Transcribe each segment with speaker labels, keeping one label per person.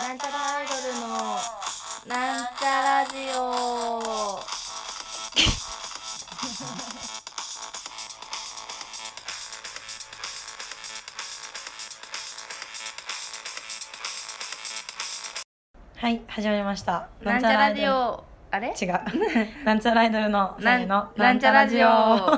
Speaker 1: なんちゃらアイドルのなんちゃラジオ
Speaker 2: はい、始めました。
Speaker 1: なんちゃラジオあれ
Speaker 2: 違う。 なんちゃらアイドルの、
Speaker 1: なん
Speaker 2: せーの、
Speaker 1: なんちゃラジオ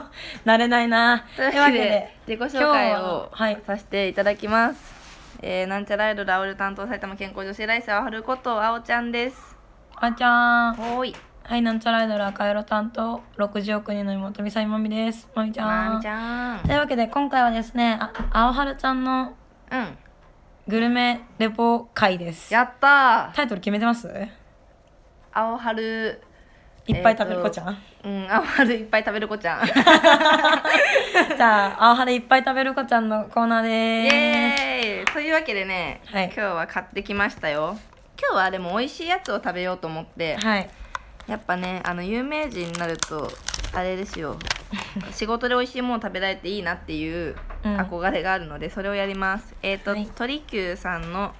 Speaker 2: 慣れないな。
Speaker 1: というわけで自己紹介を
Speaker 2: 今日ははい
Speaker 1: させていただきます、えー、なんちゃらアイドルアオル担当埼玉健康女子大生は春ことあおちゃんです
Speaker 2: あーちゃん。
Speaker 1: おーい
Speaker 2: はい、なんちゃらアイドル赤色担当、60億人の妹、みさみまみです。まみちゃん。
Speaker 1: まみちゃん
Speaker 2: というわけで、今回はですね、あ、青春ちゃんの
Speaker 1: うん
Speaker 2: グルメレポ会です。
Speaker 1: やったー
Speaker 2: タイトル決めてます
Speaker 1: 青春
Speaker 2: いっぱい食べる子ちゃん、
Speaker 1: うん青春いっぱい食べる子ちゃんイ
Speaker 2: じゃあ、青春いっぱい食べる子ちゃんのコーナーです。
Speaker 1: エーイというわけでね、
Speaker 2: はい
Speaker 1: 今日は買ってきましたよ今日はでも美味しいやつを食べようと思って
Speaker 2: はい。
Speaker 1: やっぱねあの有名人になるとあれです よ仕事で美味しいもの食べられていいなっていう
Speaker 2: うん
Speaker 1: 憧れがあるので、それをやりますえっ、と、
Speaker 2: はい
Speaker 1: 鳥久さんの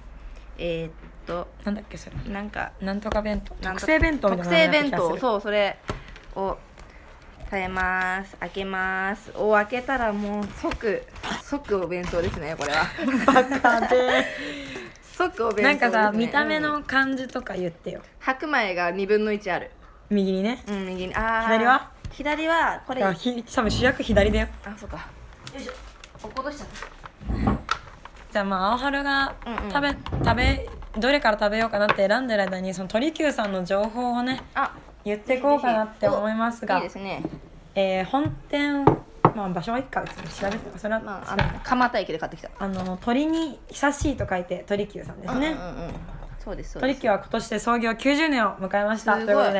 Speaker 1: えーっと
Speaker 2: なんだっけ、それ。
Speaker 1: なんか
Speaker 2: なんとか弁当
Speaker 1: なん
Speaker 2: 特
Speaker 1: と
Speaker 2: 製弁当みたい
Speaker 1: 特
Speaker 2: な
Speaker 1: 製弁当
Speaker 2: う
Speaker 1: そうそれを食べます開けますお開けたらもう即即お弁当ですねこ れは
Speaker 2: バカで
Speaker 1: 即お弁当です、ね、
Speaker 2: なんかさ見た目
Speaker 1: うん
Speaker 2: の感じとか言ってよ
Speaker 1: 白米が2分の1ある
Speaker 2: 右にね
Speaker 1: うん右にあー
Speaker 2: 左は
Speaker 1: 左はこれ
Speaker 2: あひ多分主役左だよ
Speaker 1: あ、そうか。よいしょ。落っことしちゃった。
Speaker 2: じゃあまあ青春が
Speaker 1: うんうん
Speaker 2: 食べ、食べどれから食べようかなって選んでる間にその鳥久さんの情報をね
Speaker 1: あ、
Speaker 2: 言ってこうかなって思いますが
Speaker 1: いいですね。
Speaker 2: えー本店まあ場所はいっか別に調べてもそれは、
Speaker 1: まあ、あの、蒲田駅で買ってきた。
Speaker 2: あの鳥に久しいと書いて鳥久さんですね、
Speaker 1: うんうんうん。そうです。そうで
Speaker 2: 鳥
Speaker 1: す。
Speaker 2: 久は今年で創業90年を迎えましたと
Speaker 1: す
Speaker 2: い
Speaker 1: ごいう
Speaker 2: こと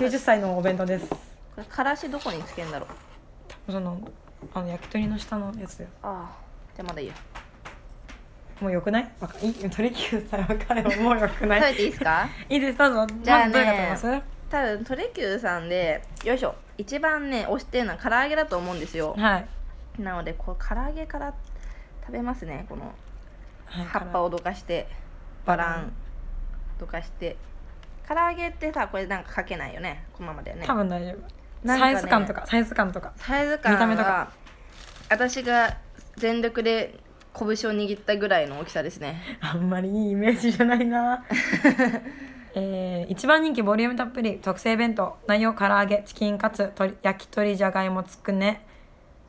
Speaker 2: で90歳のお弁当です
Speaker 1: これ、からしどこにつけんだろう。
Speaker 2: そのあの焼き鳥の下のやつよ
Speaker 1: ああ。じゃ、まだいいや。
Speaker 2: もうよくないわかいい鳥久さん分かればもうよくな
Speaker 1: 食
Speaker 2: い
Speaker 1: べていいですか。
Speaker 2: いいですどうぞ
Speaker 1: じゃあね
Speaker 2: まずどれが食べま
Speaker 1: 多分、トレキューさんで、よいしょ。一番ね、推してるのは唐揚げだと思うんですよ
Speaker 2: す。はい、
Speaker 1: なので、こう、唐揚げから。食べますね。この
Speaker 2: はい、
Speaker 1: 葉っぱをどかして。バラン。どかして。唐揚げってさ、これなんかかけないよね。このままだよね
Speaker 2: 多。分大丈夫、
Speaker 1: なんか
Speaker 2: サ
Speaker 1: ね
Speaker 2: イズ感とかサイズ感とか
Speaker 1: サイズ感
Speaker 2: 見た目と
Speaker 1: は
Speaker 2: か
Speaker 1: 私が全力で拳を握ったぐらいの大きさですね
Speaker 2: あんまりいいイメージじゃな いなえー、一番人気ボリュームたっぷり特製弁当内容唐揚げチキンカツ鶏焼き鳥じゃがいもつくね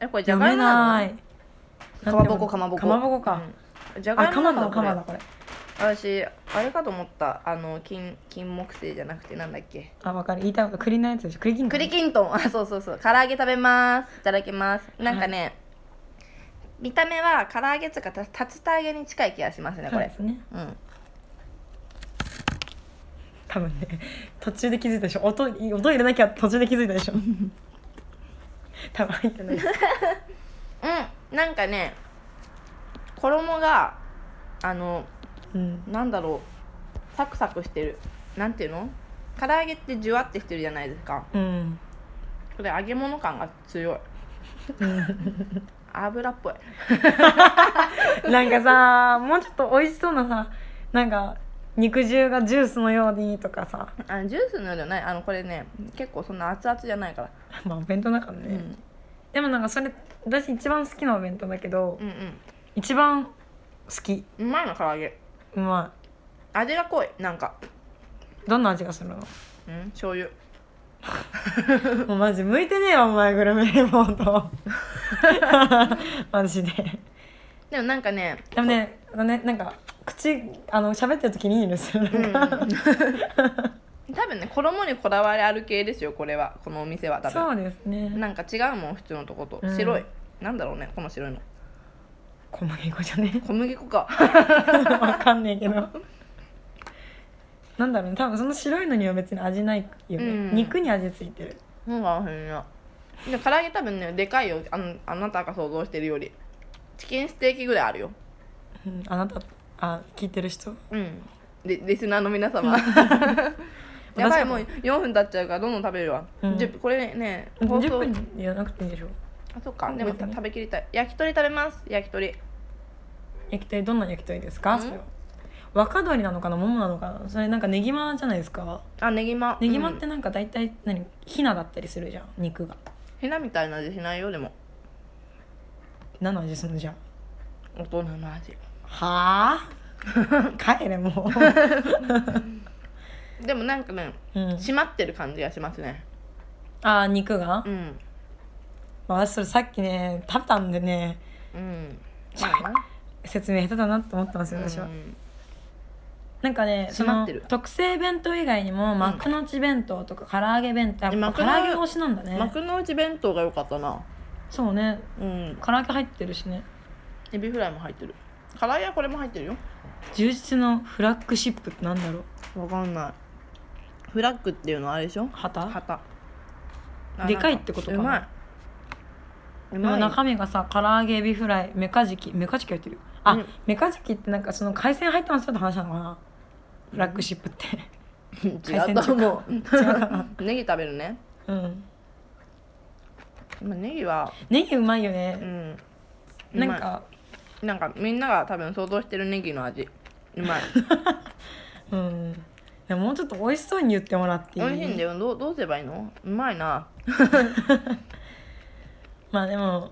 Speaker 1: えこれじゃが
Speaker 2: 読め
Speaker 1: いもな
Speaker 2: な
Speaker 1: の
Speaker 2: い
Speaker 1: かまぼこかまぼこ
Speaker 2: かまぼこか、
Speaker 1: うんじゃがい
Speaker 2: あ
Speaker 1: も
Speaker 2: か
Speaker 1: な
Speaker 2: まだ
Speaker 1: の
Speaker 2: か
Speaker 1: これ
Speaker 2: まだこれ
Speaker 1: 私あれかと思ったあの金金木犀じゃなくてなんだっけ
Speaker 2: あわかる言いたいこと栗のやつでしょ栗きんとん
Speaker 1: 栗きんとんあそうそうそう唐揚げ食べますいただきますなんかね、見た目は唐揚げつうかた竜田揚げに近い気がしますねこ
Speaker 2: そう
Speaker 1: れ
Speaker 2: ですね
Speaker 1: うん
Speaker 2: 多分ね途中で気づいたでしょ音音入れなきゃ途中で気づいた でしょ多分入ってない
Speaker 1: うんなんかね衣があの
Speaker 2: うん
Speaker 1: なんだろうサクサクしてるなんていうの唐揚げってジュワってしてるじゃないですか
Speaker 2: うん
Speaker 1: これ揚げ物感が強 い油っぽい
Speaker 2: なんかさもうちょっと美味しそうなさなんか肉汁がジュースのようにとかさ
Speaker 1: あジュースのようじゃないあのこれね結構そんな熱々じゃないから、
Speaker 2: まあお弁当だからね、
Speaker 1: うん、
Speaker 2: でもなんかそれ私一番好きなお弁当だけど、
Speaker 1: うん
Speaker 2: 一番好き
Speaker 1: うんうまいの唐揚げ
Speaker 2: うま
Speaker 1: 味が濃いなんか
Speaker 2: いどんな味がするの
Speaker 1: うん醤油
Speaker 2: もうマジ向いてねえよお前グルメレポ ートマジで
Speaker 1: でもなんかね
Speaker 2: でもねあのねなんか口あの喋ってる時にいいですよなん
Speaker 1: うんうん
Speaker 2: か、
Speaker 1: 多分ね衣にこだわりある系ですよこれはこのお店は多分
Speaker 2: そうですね
Speaker 1: なんか違うもん普通のとこと
Speaker 2: うん
Speaker 1: 白い、なんだろうねこの白いの
Speaker 2: 小麦粉じゃね
Speaker 1: 小麦粉か
Speaker 2: わかんねえけどなんだろうね多分その白いのには別に味ないよね、
Speaker 1: うん
Speaker 2: 肉に味ついてる
Speaker 1: そうかもしれないで唐揚げ多分ねでかいよあのあなたが想像してるよりチキンステーキぐらいあるよ
Speaker 2: うんあなたあ聞いてる人
Speaker 1: うんでリスナーの皆様 やばいもう4分経っちゃうからどんどん食べるわ、
Speaker 2: うん
Speaker 1: じゅこれね放
Speaker 2: 10
Speaker 1: 送
Speaker 2: 分やらなくていいでしょ
Speaker 1: あそっか
Speaker 2: うん
Speaker 1: でも
Speaker 2: 別に
Speaker 1: 食べきりたい焼き鳥食べます焼き鳥
Speaker 2: 焼き鳥どんな焼き鳥ですか、
Speaker 1: うん
Speaker 2: それは若鶏なのかなももなのかなそれなんかねぎまじゃないですか
Speaker 1: あねぎま
Speaker 2: ねぎまっ
Speaker 1: う
Speaker 2: て
Speaker 1: ん
Speaker 2: なんか大体何ひなだったりするじゃん肉が
Speaker 1: ひなみたいな味しないよでも
Speaker 2: 何の味するのじゃ
Speaker 1: 大人の味
Speaker 2: はあ帰れも
Speaker 1: でもなんかね
Speaker 2: う、うん、
Speaker 1: 締まってる感じがしますね
Speaker 2: あー肉が、
Speaker 1: うん
Speaker 2: まあ、それさっきね食べたんでね
Speaker 1: うん
Speaker 2: 説明下手だなと思ったんですよ私は、なんかねそ
Speaker 1: 閉ま
Speaker 2: の
Speaker 1: ってる
Speaker 2: 特製弁当以外にも幕の内弁当とか唐揚げ弁当やっぱ
Speaker 1: 幕
Speaker 2: 唐
Speaker 1: の
Speaker 2: 揚げ推しなんだね
Speaker 1: 幕の内弁当が良かったな
Speaker 2: そうね
Speaker 1: うん
Speaker 2: 唐揚げ入ってるしね
Speaker 1: エビフライも入ってる唐揚げはこれも入ってるよ
Speaker 2: 充実のフラッグシップってなんだろう
Speaker 1: わかんないフラッグっていうのはあれでしょ
Speaker 2: 旗
Speaker 1: 旗
Speaker 2: でかいってことかな
Speaker 1: うまいう
Speaker 2: で
Speaker 1: ま
Speaker 2: も
Speaker 1: い
Speaker 2: 中身がさ唐揚げエビフライメカジキメカジキ入ってるよあ、
Speaker 1: うん
Speaker 2: メカジキってなんかその海鮮入ってますよって話なのかなフラッグシップって
Speaker 1: 違うと思うネギ食べるね
Speaker 2: うん
Speaker 1: まあネギは
Speaker 2: ネギうまいよ
Speaker 1: う
Speaker 2: ね、
Speaker 1: ん
Speaker 2: なんか
Speaker 1: うまいなんかみんなが多分想像してるネギの味う まい
Speaker 2: うんでももうちょっと美味しそうに言ってもらって
Speaker 1: 美
Speaker 2: いい
Speaker 1: 味しいんだよどうどうすればいいのうまいな
Speaker 2: まあでも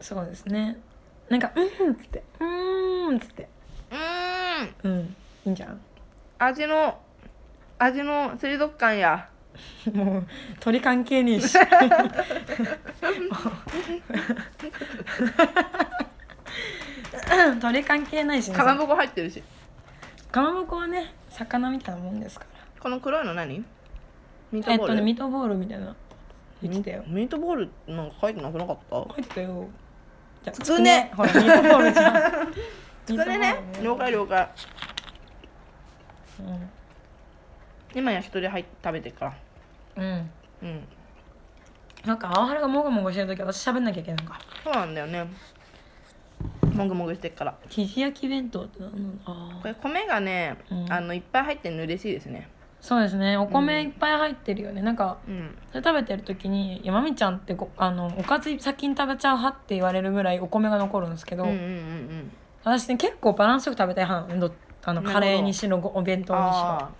Speaker 2: そうですねなんか「うん」っつって「うーん」っつって
Speaker 1: うーん
Speaker 2: うんいいんじゃん
Speaker 1: 味の味の水族館や
Speaker 2: もう鳥関係ねえし 鳥関係ないしね
Speaker 1: かまぼこ入ってるし
Speaker 2: かまぼこはね魚みたいなもんですから
Speaker 1: この黒いの何ミー
Speaker 2: え
Speaker 1: トボ
Speaker 2: っと
Speaker 1: ー
Speaker 2: ね
Speaker 1: ル、
Speaker 2: ミートボールみたいな言ってたよ
Speaker 1: ミートボールなんか書いてなくなかった
Speaker 2: 書いてたよじゃあ
Speaker 1: つくね
Speaker 2: ほらミートボー ルじゃん
Speaker 1: それね
Speaker 2: ミート
Speaker 1: 了
Speaker 2: ボー
Speaker 1: 解
Speaker 2: ル
Speaker 1: 了解
Speaker 2: うん
Speaker 1: 今焼き鳥入っ食べてるから
Speaker 2: うん
Speaker 1: うん
Speaker 2: なんか青春がもごもごしてる時私喋んなきゃいけないのか
Speaker 1: そうなんだよねもぐもぐしてっから
Speaker 2: 生地焼き弁当って何なのあ
Speaker 1: こ
Speaker 2: ー
Speaker 1: れ米がね、
Speaker 2: うん
Speaker 1: あのいっぱい入ってるの嬉しいですね
Speaker 2: そうですねお米いっぱい入ってるよね、なんか
Speaker 1: うん
Speaker 2: それ食べてる時に「やまみちゃんってごあのおかず先に食べちゃう派」って言われるぐらいお米が残るんですけど、
Speaker 1: うんうんうんうん
Speaker 2: 私ね結構バランスよく食べたい派なのどあの
Speaker 1: なるほど
Speaker 2: カレーにしろごお弁当にしろ
Speaker 1: あ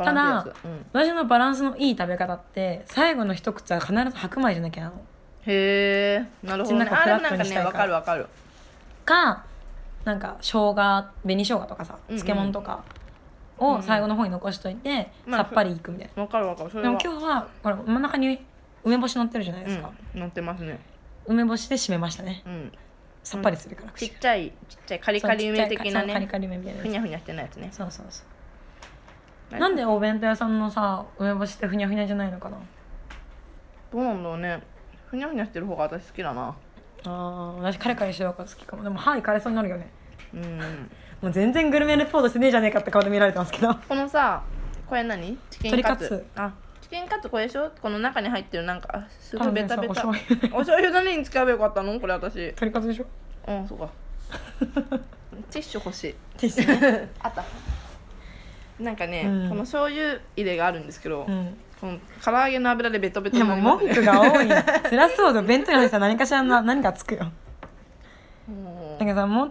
Speaker 1: ーバランスいいやつうん、
Speaker 2: 私のバランスのいい食べ方って最後の一口は必ず白米じゃなきゃなの
Speaker 1: へえなるほどね
Speaker 2: 口の
Speaker 1: あでもな
Speaker 2: 中フラッ
Speaker 1: ん
Speaker 2: ト
Speaker 1: か
Speaker 2: にした
Speaker 1: ねわ
Speaker 2: いから
Speaker 1: かるわかる
Speaker 2: かなんか生姜紅生姜とかさ
Speaker 1: うんうん
Speaker 2: 漬物とか
Speaker 1: うんう
Speaker 2: を
Speaker 1: ん
Speaker 2: 最後の方に残しといて、
Speaker 1: まあ
Speaker 2: さっぱりいくみたいな。
Speaker 1: わかるわかるそれ
Speaker 2: で
Speaker 1: は
Speaker 2: も今日はほら真ん中に梅干し乗ってるじゃないですか、
Speaker 1: うん、乗ってますね
Speaker 2: 梅干しで締めましたね
Speaker 1: うん
Speaker 2: さっぱりするから
Speaker 1: ち
Speaker 2: 口
Speaker 1: っちゃいちっちゃいカリカリ梅的な
Speaker 2: そうちっちゃいカリ
Speaker 1: ね
Speaker 2: カリ梅みたい
Speaker 1: ふ
Speaker 2: な
Speaker 1: に
Speaker 2: や
Speaker 1: ゃふにゃしてないやつね
Speaker 2: つそうそうそうなんでお弁当屋さんのさ梅干しってふにゃふにゃじゃないのかな
Speaker 1: どうなんだろうねふにゃふにゃしてる方が私好きだな
Speaker 2: あー私カリカリしてるから好きかもでも歯いかれそうになるよね
Speaker 1: うん
Speaker 2: もう全然グルメレポートしてねえじゃねえかって顔で見られてますけど
Speaker 1: このさこれ何チキンカツ
Speaker 2: 鶏
Speaker 1: あチキンカツこれでしょこの中に入ってるなんかあすごい
Speaker 2: 多分ね
Speaker 1: ベタベタ
Speaker 2: そうお醤油
Speaker 1: お醤油何に使えばよかったのこれ私
Speaker 2: 鳥カ ツでしょ
Speaker 1: うんそうかティッシュ欲しい
Speaker 2: ティッシュね
Speaker 1: あったなんかね、
Speaker 2: うん
Speaker 1: この醤油入れがあるんですけど、
Speaker 2: うん
Speaker 1: この唐揚げの油でベトベト
Speaker 2: いや
Speaker 1: に
Speaker 2: も
Speaker 1: な
Speaker 2: う
Speaker 1: りま
Speaker 2: 文
Speaker 1: すね
Speaker 2: 句が多いよ辛そうだ弁当屋の人は何かしらの何かつくよ
Speaker 1: も
Speaker 2: だけどさもう
Speaker 1: う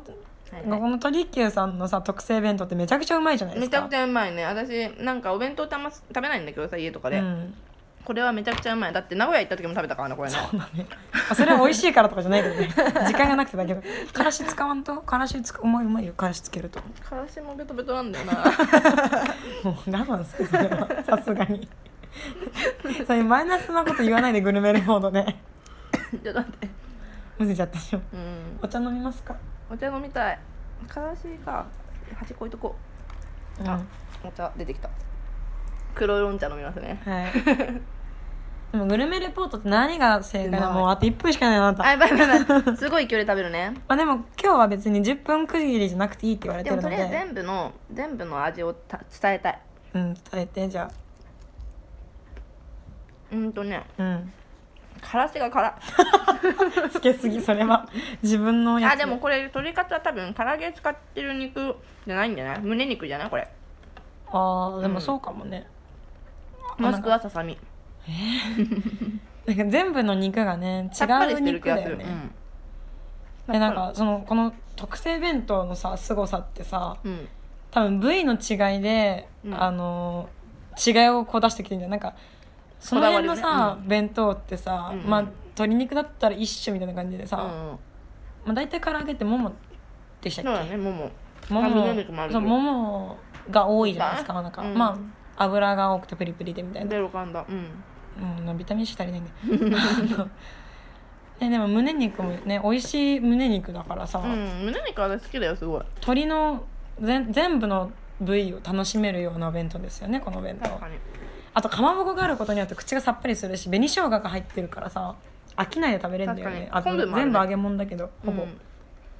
Speaker 1: はいはい
Speaker 2: この鳥久さんのさ特製弁当ってめちゃくちゃうまいじゃないで
Speaker 1: め
Speaker 2: す
Speaker 1: ちゃ
Speaker 2: か
Speaker 1: くちゃうまいね私なんかお弁当たま食べないんだけどさ家とかで、
Speaker 2: うん
Speaker 1: これはめちゃくちゃうまいだって名古屋行った時も食べたからなこれね
Speaker 2: そうだね。あそれは美味しいからとかじゃないけどね。時間がなくてだけど。からし使わんと、からしつく、うまいうまいよ、からしつけると。
Speaker 1: からしもベトベトなんだよ な
Speaker 2: もう我慢する、それは。さすがに。そういうマイナスなこと言わないでグルメレポートね。
Speaker 1: ちょっと待って
Speaker 2: むせちゃったでしょ。
Speaker 1: うん
Speaker 2: お茶飲みますか。
Speaker 1: お茶飲みたいからしか端っこ置いとこ
Speaker 2: う
Speaker 1: う、
Speaker 2: ん、
Speaker 1: あ
Speaker 2: は
Speaker 1: お茶出てきた黒いロン茶飲みますね
Speaker 2: い。 でもグルメレポートって何が正解な
Speaker 1: う
Speaker 2: の
Speaker 1: まい
Speaker 2: もうあと1分しかないよあなた。
Speaker 1: あやばいやばいやばいすごい勢いで食べる ね
Speaker 2: まあでも今日は別に10分区切りじゃなくていいって言われて
Speaker 1: で
Speaker 2: る
Speaker 1: も
Speaker 2: の
Speaker 1: とりあえず
Speaker 2: で。
Speaker 1: 全部の全部の味をた伝えたい
Speaker 2: うん、伝えて、じゃ
Speaker 1: うんとね
Speaker 2: あ。うん。
Speaker 1: からしが辛
Speaker 2: つけすぎ、それ は。自分の
Speaker 1: い
Speaker 2: やつ。
Speaker 1: あでもこれ鶏カツは多分唐揚げ使ってる肉じゃないんじゃない胸肉じゃないこれ
Speaker 2: ああでもそうかもね、
Speaker 1: もしくはささみ
Speaker 2: なんか全部の肉がね違
Speaker 1: さっぱり
Speaker 2: う
Speaker 1: してる
Speaker 2: 肉
Speaker 1: 気が
Speaker 2: だ
Speaker 1: す
Speaker 2: よ
Speaker 1: る
Speaker 2: ね、えなんかそのこの特製弁当のさ凄さってさ
Speaker 1: うんうん
Speaker 2: 多分部位の違いで、
Speaker 1: うん
Speaker 2: あの違いをこう出してきてるんだよなんかその辺の
Speaker 1: こだわ
Speaker 2: さ、
Speaker 1: り
Speaker 2: 弁当ってさ、
Speaker 1: うんうん
Speaker 2: まあ鶏肉だったら一種みたいな感じでさ、
Speaker 1: うんうん
Speaker 2: まあ、大体唐揚げってももで
Speaker 1: そ
Speaker 2: し
Speaker 1: う
Speaker 2: たっ
Speaker 1: だねもも
Speaker 2: けも
Speaker 1: あ
Speaker 2: も
Speaker 1: 胸肉もある
Speaker 2: そうももが多いじゃないですか
Speaker 1: まあ
Speaker 2: なんか、
Speaker 1: うん
Speaker 2: まあ油が多くてプリプリでみたいな
Speaker 1: 出るかんだうん
Speaker 2: うんなビタミン C 足りないねあのね でも胸肉もね美味しい胸肉だからさ、
Speaker 1: うん胸肉私好きだよすごい
Speaker 2: 鶏の全全部の部位を楽しめるようなお弁当ですよねこのお弁当
Speaker 1: 確かに
Speaker 2: あとかまぼこがあることによって口がさっぱりするし紅生姜が入ってるからさ飽きないで食べれるんだよねあ
Speaker 1: 確か
Speaker 2: と
Speaker 1: に昆布もあるね
Speaker 2: 全部揚げ物だけどほぼ、
Speaker 1: うん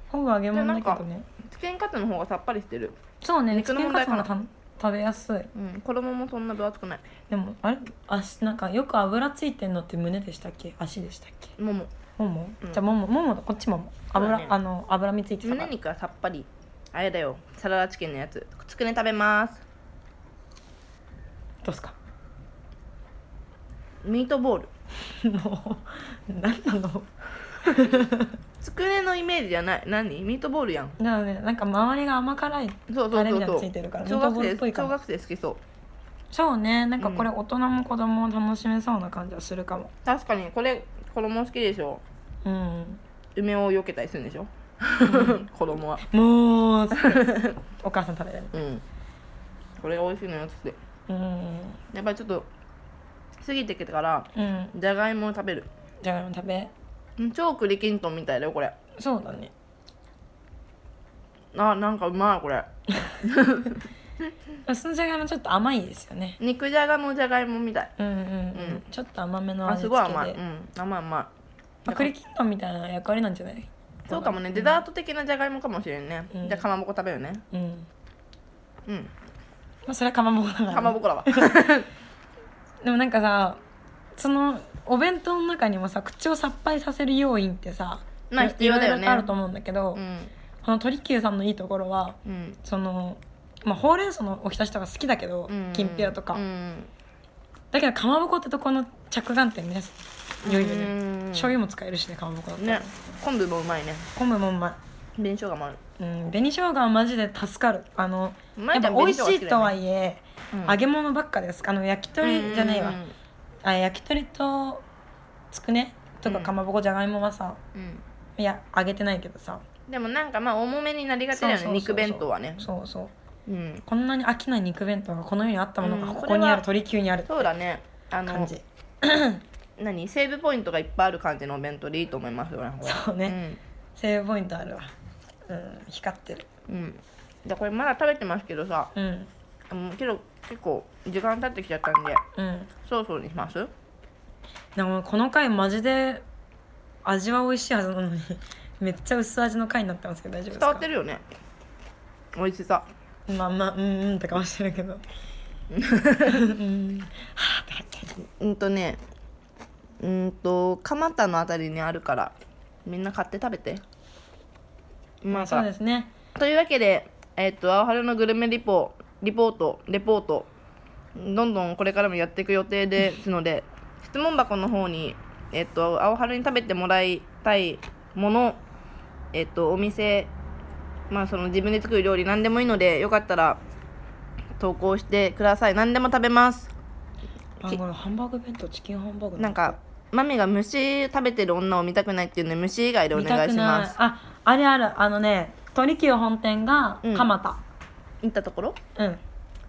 Speaker 2: ほぼ揚げ物だけ
Speaker 1: で
Speaker 2: ど
Speaker 1: な
Speaker 2: ね
Speaker 1: チキンカツの方がさっぱりしてる
Speaker 2: そうね
Speaker 1: 肉
Speaker 2: チ
Speaker 1: の
Speaker 2: キ
Speaker 1: 問
Speaker 2: ンカ
Speaker 1: 題
Speaker 2: ツ
Speaker 1: かな
Speaker 2: の方がた食べやすい
Speaker 1: うん衣もそんな分厚くない
Speaker 2: でもあれあなんかよく油ついてんのって胸でしたっけ足でしたっけ
Speaker 1: もも
Speaker 2: もも、
Speaker 1: うん
Speaker 2: じゃあももももだこっちもも
Speaker 1: そう
Speaker 2: 油、
Speaker 1: だね
Speaker 2: あの油身ついてたか
Speaker 1: 胸
Speaker 2: ら
Speaker 1: 肉はさっぱりあれだよサラダチキンのやつつくね食べます
Speaker 2: どうすか
Speaker 1: ミートボール
Speaker 2: もう何なの
Speaker 1: つくねのイメージじゃない何ミートボールやん
Speaker 2: だからねなんか周りが甘辛い
Speaker 1: そう
Speaker 2: あ
Speaker 1: そう
Speaker 2: れみたいな
Speaker 1: そう
Speaker 2: のつ
Speaker 1: そ
Speaker 2: いてるから
Speaker 1: う小学
Speaker 2: ミートボールっぽ
Speaker 1: 生
Speaker 2: いか
Speaker 1: 小
Speaker 2: も
Speaker 1: 学生好きそう
Speaker 2: そうねなんか
Speaker 1: うん
Speaker 2: これ大人も子供も楽しめそうな感じはするかも
Speaker 1: 確かにこれ衣好きでしょ
Speaker 2: うん
Speaker 1: 梅を避けたりするんでしょ 子供は
Speaker 2: もうお母さん食べれる
Speaker 1: うんこれが美味しいのよっつって
Speaker 2: うん
Speaker 1: やっぱりちょっと過ぎてきてから
Speaker 2: うん
Speaker 1: じゃがいもを食べる
Speaker 2: じゃがいも食べ
Speaker 1: うん超栗きんとんみたいだよこれ
Speaker 2: そうだね
Speaker 1: あなんかうまいこれ
Speaker 2: そのじゃがいもちょっと甘いですよね
Speaker 1: 肉じゃがのじゃがいもみたい
Speaker 2: うんうん、う
Speaker 1: うん
Speaker 2: ん、ちょっと甘めの
Speaker 1: あ
Speaker 2: 味
Speaker 1: す
Speaker 2: 付け
Speaker 1: ご
Speaker 2: で
Speaker 1: い甘いうん甘い甘
Speaker 2: まあ栗きんとんみたいな役割なんじゃない
Speaker 1: いそうかもねデザート的なじゃがいもかもしれんね、
Speaker 2: うん
Speaker 1: じゃあかまぼこ食べるね
Speaker 2: うん
Speaker 1: うん
Speaker 2: まあそれはかまぼこだからね、
Speaker 1: かまぼこ だわ
Speaker 2: でもなんかさそのお弁当の中にもさ口をさっぱりさせる要因ってさ
Speaker 1: まあ必要だよね
Speaker 2: いろいろあると思うんだけど、
Speaker 1: うん
Speaker 2: この鳥久さんのいいところは
Speaker 1: うん
Speaker 2: その、まあ、ほうれん草のおひたしとか好きだけど、
Speaker 1: うん
Speaker 2: きんぴらとか、
Speaker 1: うん
Speaker 2: だけどかまぼこってとこの着眼点ね良いよね、
Speaker 1: うん
Speaker 2: 醤油も使えるしねかまぼこだと、
Speaker 1: ね昆布もうまいね
Speaker 2: 昆布もうま
Speaker 1: 紅生姜もある
Speaker 2: い、うん、紅生姜はマジで助かるあの
Speaker 1: ま
Speaker 2: や
Speaker 1: い
Speaker 2: っ
Speaker 1: ち
Speaker 2: ぱ
Speaker 1: ゃん
Speaker 2: 美味しいとは
Speaker 1: 紅
Speaker 2: いえ、
Speaker 1: 生姜好きだよねうん
Speaker 2: 揚げ物ばっかですあの焼き鳥じゃねえわ、あ焼き鳥とつくねとか
Speaker 1: うん
Speaker 2: かまぼこじゃがいもはさ、
Speaker 1: うんうん
Speaker 2: いや揚げてないけどさ
Speaker 1: うんでもなんかまあ重めになりがちだよ
Speaker 2: そうそうそうそ
Speaker 1: ね
Speaker 2: う
Speaker 1: 肉弁当はね
Speaker 2: そうそう
Speaker 1: うん
Speaker 2: こんなに飽きない肉弁当がこの世にあったものが
Speaker 1: うん
Speaker 2: ここにある
Speaker 1: こ
Speaker 2: 鳥急にある
Speaker 1: そうだねあ
Speaker 2: 感
Speaker 1: の
Speaker 2: じ
Speaker 1: 何セーブポイントがいっぱいある感じのお弁当でいいと思いますよねこれ
Speaker 2: そうね、セーブポイントあるわうん光ってる
Speaker 1: うん、うん、でこれまだ食べてますけどさ
Speaker 2: うん
Speaker 1: うんけど結構時間経ってきちゃったんで
Speaker 2: うん
Speaker 1: そろそろにします
Speaker 2: でもこの回マジで味は美味しいはずなのに めっちゃ薄味の回になってますけど大丈夫です
Speaker 1: 伝
Speaker 2: か
Speaker 1: わってるよね美味しさ
Speaker 2: まあまあうんうんって顔してるけどうんはあって入ってる
Speaker 1: うんとねうんと蒲田のあたりにあるからみんな買って食べてま
Speaker 2: ま
Speaker 1: あ
Speaker 2: あそう
Speaker 1: さ
Speaker 2: ですね
Speaker 1: というわけでえっと青春のグルメリポリポートレポートどんどんこれからもやっていく予定ですの で質問箱の方にえっと青春に食べてもらいたいものえっとお店まあその自分で作る料理何でもいいのでよかったら投稿してください何でも食べます
Speaker 2: あこれハンバーグ弁当チキンハンバーグだ
Speaker 1: なんかマミが虫食べてる女を見たくないっていうので虫以外でお願いしま
Speaker 2: 見た
Speaker 1: す
Speaker 2: くないああれあるあのね鳥久本店が
Speaker 1: うん
Speaker 2: 蒲田
Speaker 1: 行ったところ
Speaker 2: うん、
Speaker 1: 違うん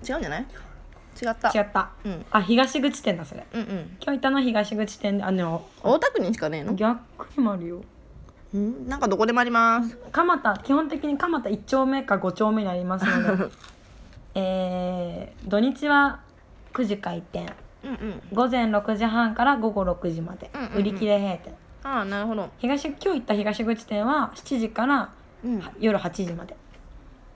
Speaker 1: じゃない違った
Speaker 2: 違った
Speaker 1: うん
Speaker 2: あ東口店だそれ
Speaker 1: うんうん
Speaker 2: 今日行ったの東口店であの
Speaker 1: 大田区にしかねえの
Speaker 2: 逆にもあるよ
Speaker 1: うんなんかどこでもあります
Speaker 2: 蒲田基本的に蒲田1丁目か5丁目になります のでえー、土日は9時開店
Speaker 1: うんうん
Speaker 2: 午前6時半から午後6時まで、
Speaker 1: うんうんうん
Speaker 2: 売り切れ閉店
Speaker 1: ああなるほど
Speaker 2: 東今日行った東口店は7時から
Speaker 1: うん
Speaker 2: 夜8時まで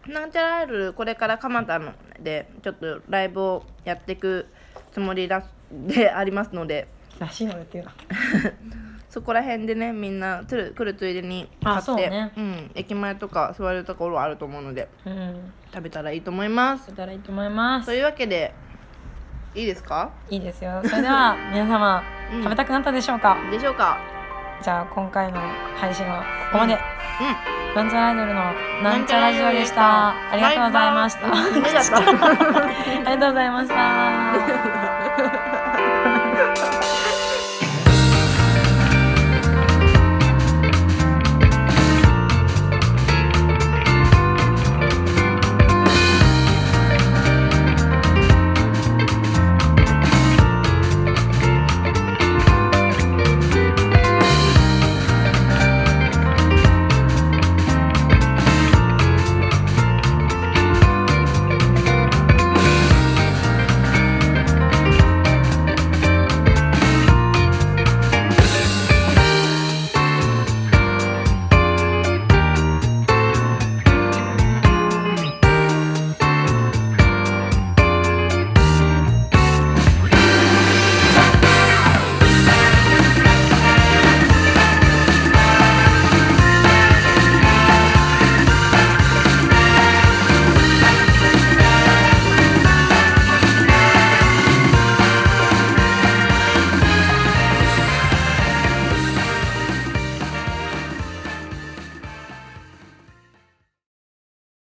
Speaker 1: なんちゃらるこれから蒲田のでちょっとライブをやっていくつもりだでありますので
Speaker 2: らしいのでっていうな
Speaker 1: そこら辺でねみんな来る来るついでに買
Speaker 2: あ
Speaker 1: って
Speaker 2: そうね
Speaker 1: うん、駅前とか座るところあると思うので
Speaker 2: うん
Speaker 1: 食べたらいいと思います
Speaker 2: そしたらいいと思います
Speaker 1: というわけでいいですか
Speaker 2: いいですよ。それでは皆様、
Speaker 1: うん
Speaker 2: 食べたくなったでしょうか。
Speaker 1: でしょうか
Speaker 2: じゃあ今回の配信はここまで、
Speaker 1: う
Speaker 2: なんちゃらアイドルのなんちゃラジオでしたあり
Speaker 1: ん
Speaker 2: がとうございました
Speaker 1: バイバイありがとう
Speaker 2: ありがとうございました。